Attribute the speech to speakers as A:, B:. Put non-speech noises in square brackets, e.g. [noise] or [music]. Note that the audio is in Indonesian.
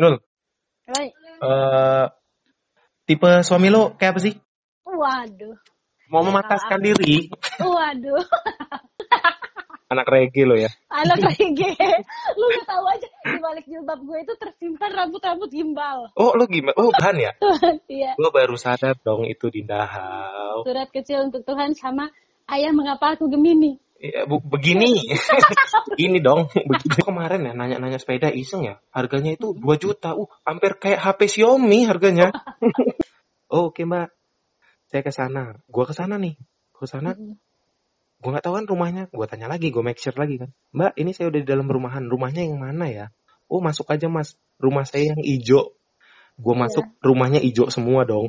A: Nul,
B: Right.
A: eh, tipe suami lo kayak apa sih?
B: Waduh.
A: Mau memataskan diri,
B: Waduh.
A: anak reggae lo ya.
B: Anak lagi. Lu gak tahu aja di balik jilbab gue itu tersimpan rambut-rambut gimbal. [laughs]
A: Oh, lo gimana? Oh, bahan ya?
B: Iya.
A: Gue baru sadar dong itu dindahau.
B: Surat kecil untuk Tuhan sama Ayah mengapa aku Gemini?
A: Iya, bu- begini. [laughs] begini dong. Begini. Kemarin ya nanya-nanya sepeda iseng ya. Harganya itu 2 juta. Uh, hampir kayak HP Xiaomi harganya. Oh, Oke, Mbak. Saya ke sana. Gua ke sana nih. Ke sana gue nggak tahu kan rumahnya gue tanya lagi gue make sure lagi kan mbak ini saya udah di dalam rumahan rumahnya yang mana ya oh masuk aja mas rumah saya yang ijo gue masuk rumahnya ijo semua dong